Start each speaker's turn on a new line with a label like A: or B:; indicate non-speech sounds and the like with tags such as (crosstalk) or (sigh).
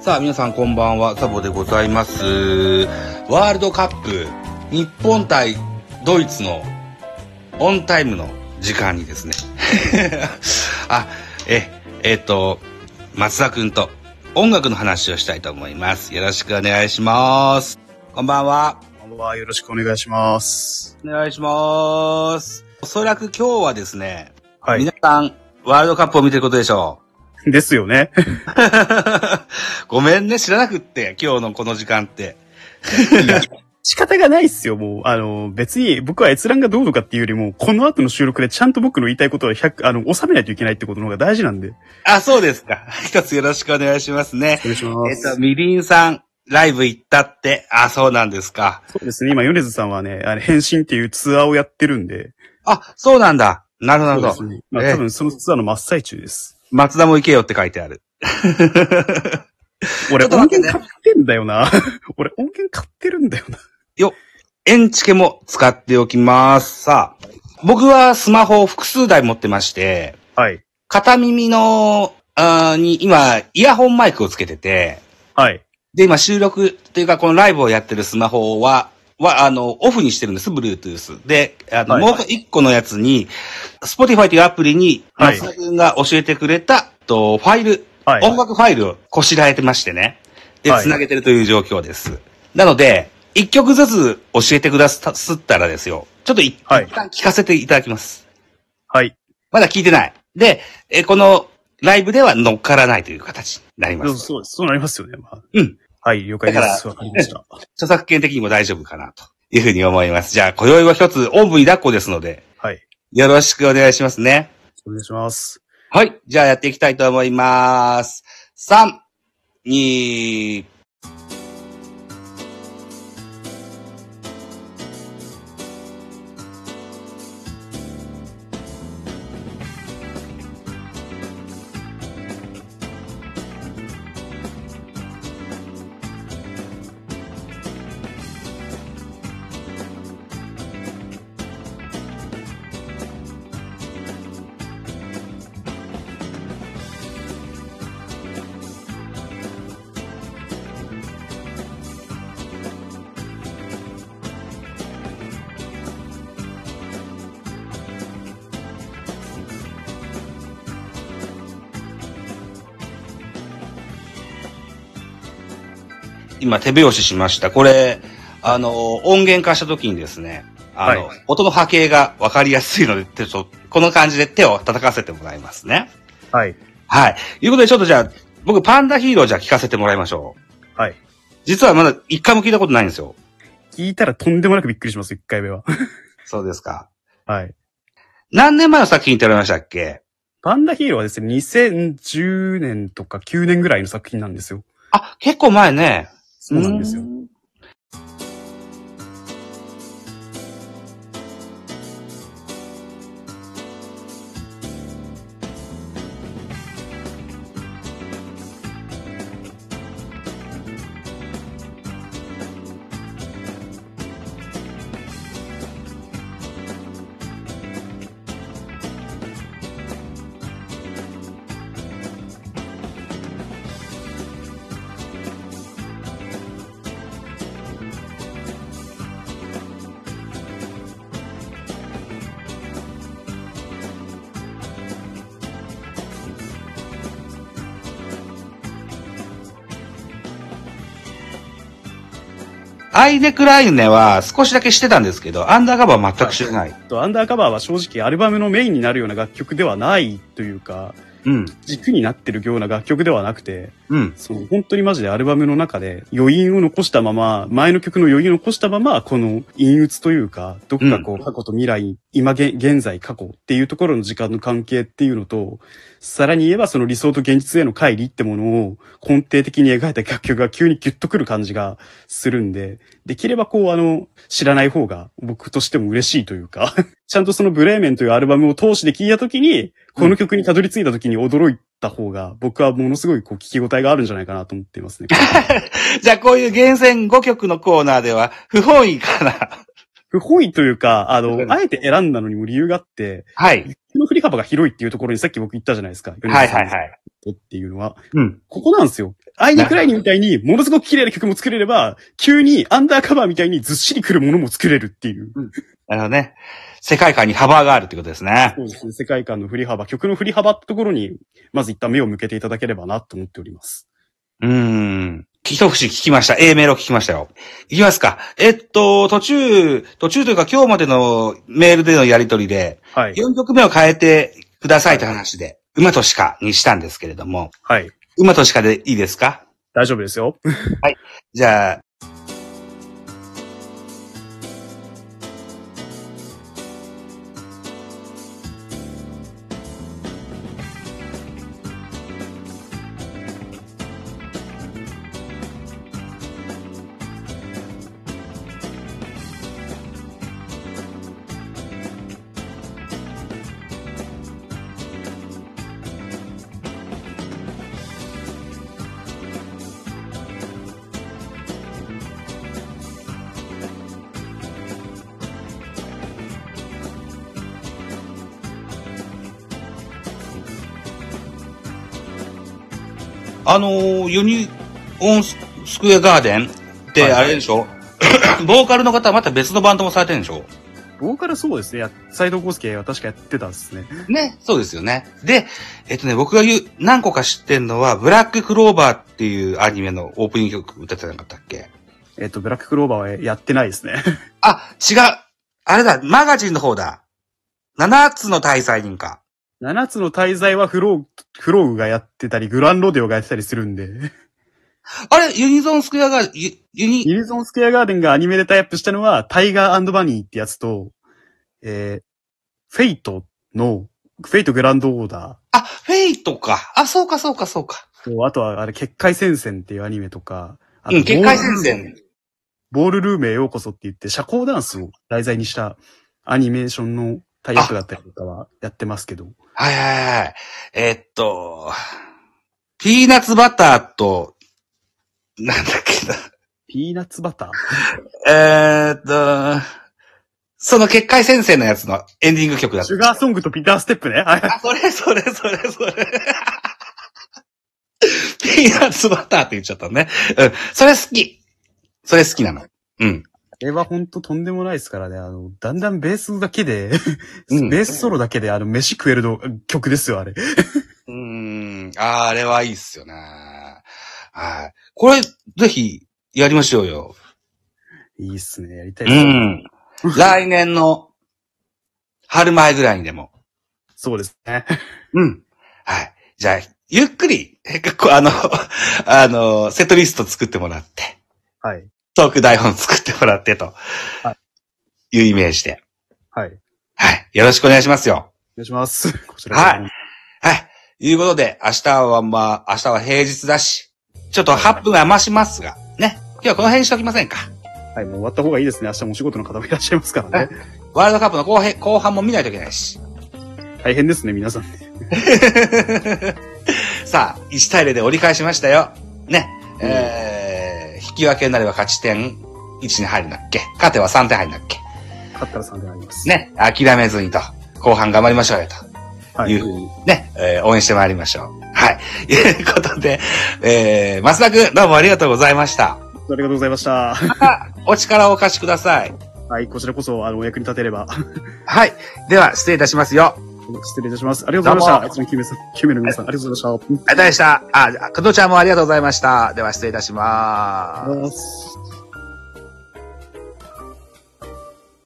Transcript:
A: さあ、皆さんこんばんは、サボでございます。ワールドカップ、日本対ドイツのオンタイムの時間にですね。 (laughs) あ、え、えっ、と、松田くんと音楽の話をしたいと思います。よろしくお願いします。こんばんは。
B: こんばんは、よろしくお願いします。
A: お願いします。おそらく今日はですね、
B: はい
A: 皆。さん、ワールドカップを見てることでしょう。 (laughs)
B: ですよね。
A: ごめんね、知らなくって、今日のこの時間って。
B: 仕方がないっすよ、もう。あの、別に僕は閲覧がどうとかっていうよりも、この後の収録でちゃんと僕の言いたいことを100、あの、収めないといけないってことの方が大事なんで。よ
A: あ、そうですか。 (laughs) 一つよろしくお願いしますね。
B: ろしくお願
A: え
B: い
A: っ
B: しま
A: と、
B: す。
A: みりんさん、ライブ行ったって、あ、そうなんですか。
B: そうですね、今、米津さんはね、あの、変身っていうツアーをやってるんで。
A: あ、そうなんだ。なるほどなるほ
B: そ
A: ど。
B: うですね。まあ、
A: ええ
B: 多分そのツアーの真っ最中です。
A: 松田も行けよって書いてある。 (laughs)
B: 俺、
A: ちょっと待
B: 音
A: ってね
B: 源買ってんだよな。 (laughs) 俺、音源買ってるんだよな。
A: エンチケも使っておきます。さあ、僕はスマホを複数台持ってまして、
B: はい。
A: 片耳の、あーに今、イヤホンマイクをつけてて、
B: はい。
A: で、今収録っていうか、このライブをやってるスマホは、は、あの、オフにしてるんです、Bluetooth。で、あの、
B: はい
A: もう一個のやつに、Spotify というアプリに、
B: はい
A: 松田君が教えてくれた、と、ファイル、
B: はい。
A: 音楽ファイルをこしらえてましてね。で、
B: はい
A: 繋げてるという状況です。なので、一曲ずつ教えてくださったらですよ。ちょっと一
B: はい
A: 一旦聞かせていただきます。
B: はい。
A: まだ聞いてない。で、え、この、ライブでは乗っからないという形になりま
B: そう
A: す。
B: そう、そうなりますよね。まあ、
A: うん。
B: はい、了解で
A: だか
B: す。わかりました。
A: 著作権的にも大丈夫かな、というふうに思います。じゃあ、今宵は一つ、オーブに抱っこですので、
B: はい。
A: よろしくお願いしますね。
B: お願いします。
A: はい。じゃあ、やっていきたいと思います。3、2、今手拍子しました。これ、あの、音源化した時にですね、あの、
B: はい
A: 音の波形が分かりやすいので、ちょっと、この感じで手を叩かせてもらいますね。
B: はい。
A: はい。いうことで、ちょっとじゃあ、僕、パンダヒーローじゃあ聞かせてもらいましょう。
B: はい。
A: 実はまだ一回も聞いたことないんですよ。
B: 聞いたらとんでもなくびっくりします、1回目は。 (laughs)
A: そうですか。
B: はい。
A: 何年前の作品ってありましたっけ
B: パンダヒーローはですね、2010年とか9年ぐらいの作品なんですよ。
A: あ、結構前ね。
B: そうなんですよ。
A: アイデクライネは少しだけしてたんですけど、アンダーカバーは全く知らない。
B: とアンダーカバーは正直アルバムのメインになるような楽曲ではないというか、
A: うん。
B: 軸になってるような楽曲ではなくて、
A: うん。
B: その本当にマジでアルバムの中で余韻を残したまま、前の曲の余韻を残したまま、この陰鬱というか、どこかこう過去と未来、今げ現在過去っていうところの時間の関係っていうのと、さらに言えばその理想と現実への乖離ってものを根底的に描いた楽曲が急にギュッとくる感じがするんで、できればこうあの、知らない方が僕としても嬉しいというか、 (laughs) ちゃんとそのブレーメンというアルバムを通して聴いたときに、この曲にたどり着いたときに驚いた方が、僕はものすごいこう聞き応えがあるんじゃないかなと思っています (laughs) ね。
A: じゃあ、こういう厳選5曲のコーナーでは、不本意かな。
B: (laughs) 不本意というか、
A: わか
B: あの
A: る、
B: あえて選んだのにも理由があって、
A: はい。
B: この振り幅が広いっていうところにさっき僕言ったじゃないですか。。
A: はいはいはいい。
B: っていうのは、
A: うん。
B: ここなんですよ。アイニクライニみたいに、ものすごく綺麗な曲も作れれば、急にアンダーカバーみたいにずっしりくるものも作れるっていう。
A: なるほどね。世界観に幅があるってことですね
B: そ。うですね。世界観の振り幅、曲の振り幅ってところに、まず一旦目を向けていただければなと思っております。
A: うーん。一節聞きました。A メールを聞きましたよ。いきますか。えっと、途中、途中というか今日までのメールでのやりとりで、
B: はい。
A: 4曲目を変えてくださいって話で、馬と鹿にしたんですけれども、
B: はい。
A: 馬と鹿でいいですか
B: 大丈夫ですよ。
A: じゃあ、あのーユニオンスクエアガーデンってあれでしょ、 (coughs) ボーカルの方はまた別のバンドもされてるんでしょ
B: ボーカルそうですね。や斎藤浩介は確かやってたんですね。
A: ね、そうですよね。で、えっとね、僕が言う、何個か知ってんのは、ブラッククローバーっていうアニメのオープニング曲歌ってなかったっけ
B: えっ、と、ブラッククローバーはやってないですね。 (laughs)
A: あ、違うあれだ、マガジンの方だ。7つの大罪人か。
B: 7つの滞在はフロー、フローがやってたり、グランロデオがやってたりするんで。
A: あれ、ユニゾンスクエアが、ユユニ、
B: ユニゾンスクエアガーデンがアニメでタイアップしたのは、タイガーバニーってやつと、えー、フェイトの、フェイトグランドオーダ
A: あ、フェイトか。あ、そうか、そうか、そうか。
B: ーと、あとは、あれ、結界戦線っていうアニメとか、あと
A: うん、結界戦。線。
B: ボールルームへようこそって言って、社交ダンスを題材にしたアニメーションのタイアップだったりとかはやってますけど。
A: はいはいはい。えーっと、ピーナッツバターと、なんだっけな。
B: ピーナッツバター
A: えーっと、その結界先生のやつのエンディング曲だっ
B: シ
A: た。
B: ュガーソングとピターステップね。あ
A: あ、それそれそれそれ。 (laughs) ピーナッツバターって言っちゃったね。うん。それ好き。それ好きなの。うん。
B: れはほんととんでもないですからね。あの、だんだんベースだけで、
A: うん
B: ベースソロだけで、あの、飯食えるの曲ですよ、あれ。
A: うーん。あーあれはいいっすよね。はい。これ、ぜひ、やりましょうよ。
B: いいっすね。やりたいうっすね。
A: ん。来年の、春前ぐらいにでも。
B: そうですね。
A: うん。はい。じゃあ、ゆっくり、 (laughs) えこあの、あの、セットリスト作ってもらって、
B: はい。
A: トーク台本作ってもらってと、。
B: はい
A: いうイメージで。
B: はい。お
A: はい。よろしくお願いしますよ。
B: 願いします。こちら
A: (laughs) ははい。いうことで、明日はまあ、明日は平日だし、ちょっと8分余しますが、ね。今日はこの辺にしときませんか。
B: い。はい、もう終わった方がいいですね。明日もお仕事の方もいらっしゃいますからね。
A: ワールドカップの後編後半も見ないといけないし。
B: 大変ですね、皆さん。
A: (laughs) さあ、1対0で折り返しましたよ。ね。えー、引き分けになれば勝ち点1に入るんだっけ勝てば3点入るんだっけ
B: 勝ったら3点あります。。
A: ね。諦めずにと。後半頑張りましょうよと。
B: はいい。
A: うふうにね、えー応援してまいりましょう。はい。 (laughs) いうことで、えー、松田くん、どうもありがとうございました。
B: ありがとうございました。
A: お力をお貸しください。
B: はい、こちらこそ、あの、お役に立てれば。
A: はい。では、失礼いたしますよ。
B: 失礼いたします。ありがとうございました。
A: ど
B: いつも9名さん、9名の皆さん、ありがとうございました。
A: ありがとうございました。あ、加藤ちゃんもありがとうございました。では、失礼いたします。
B: ありがとうございます。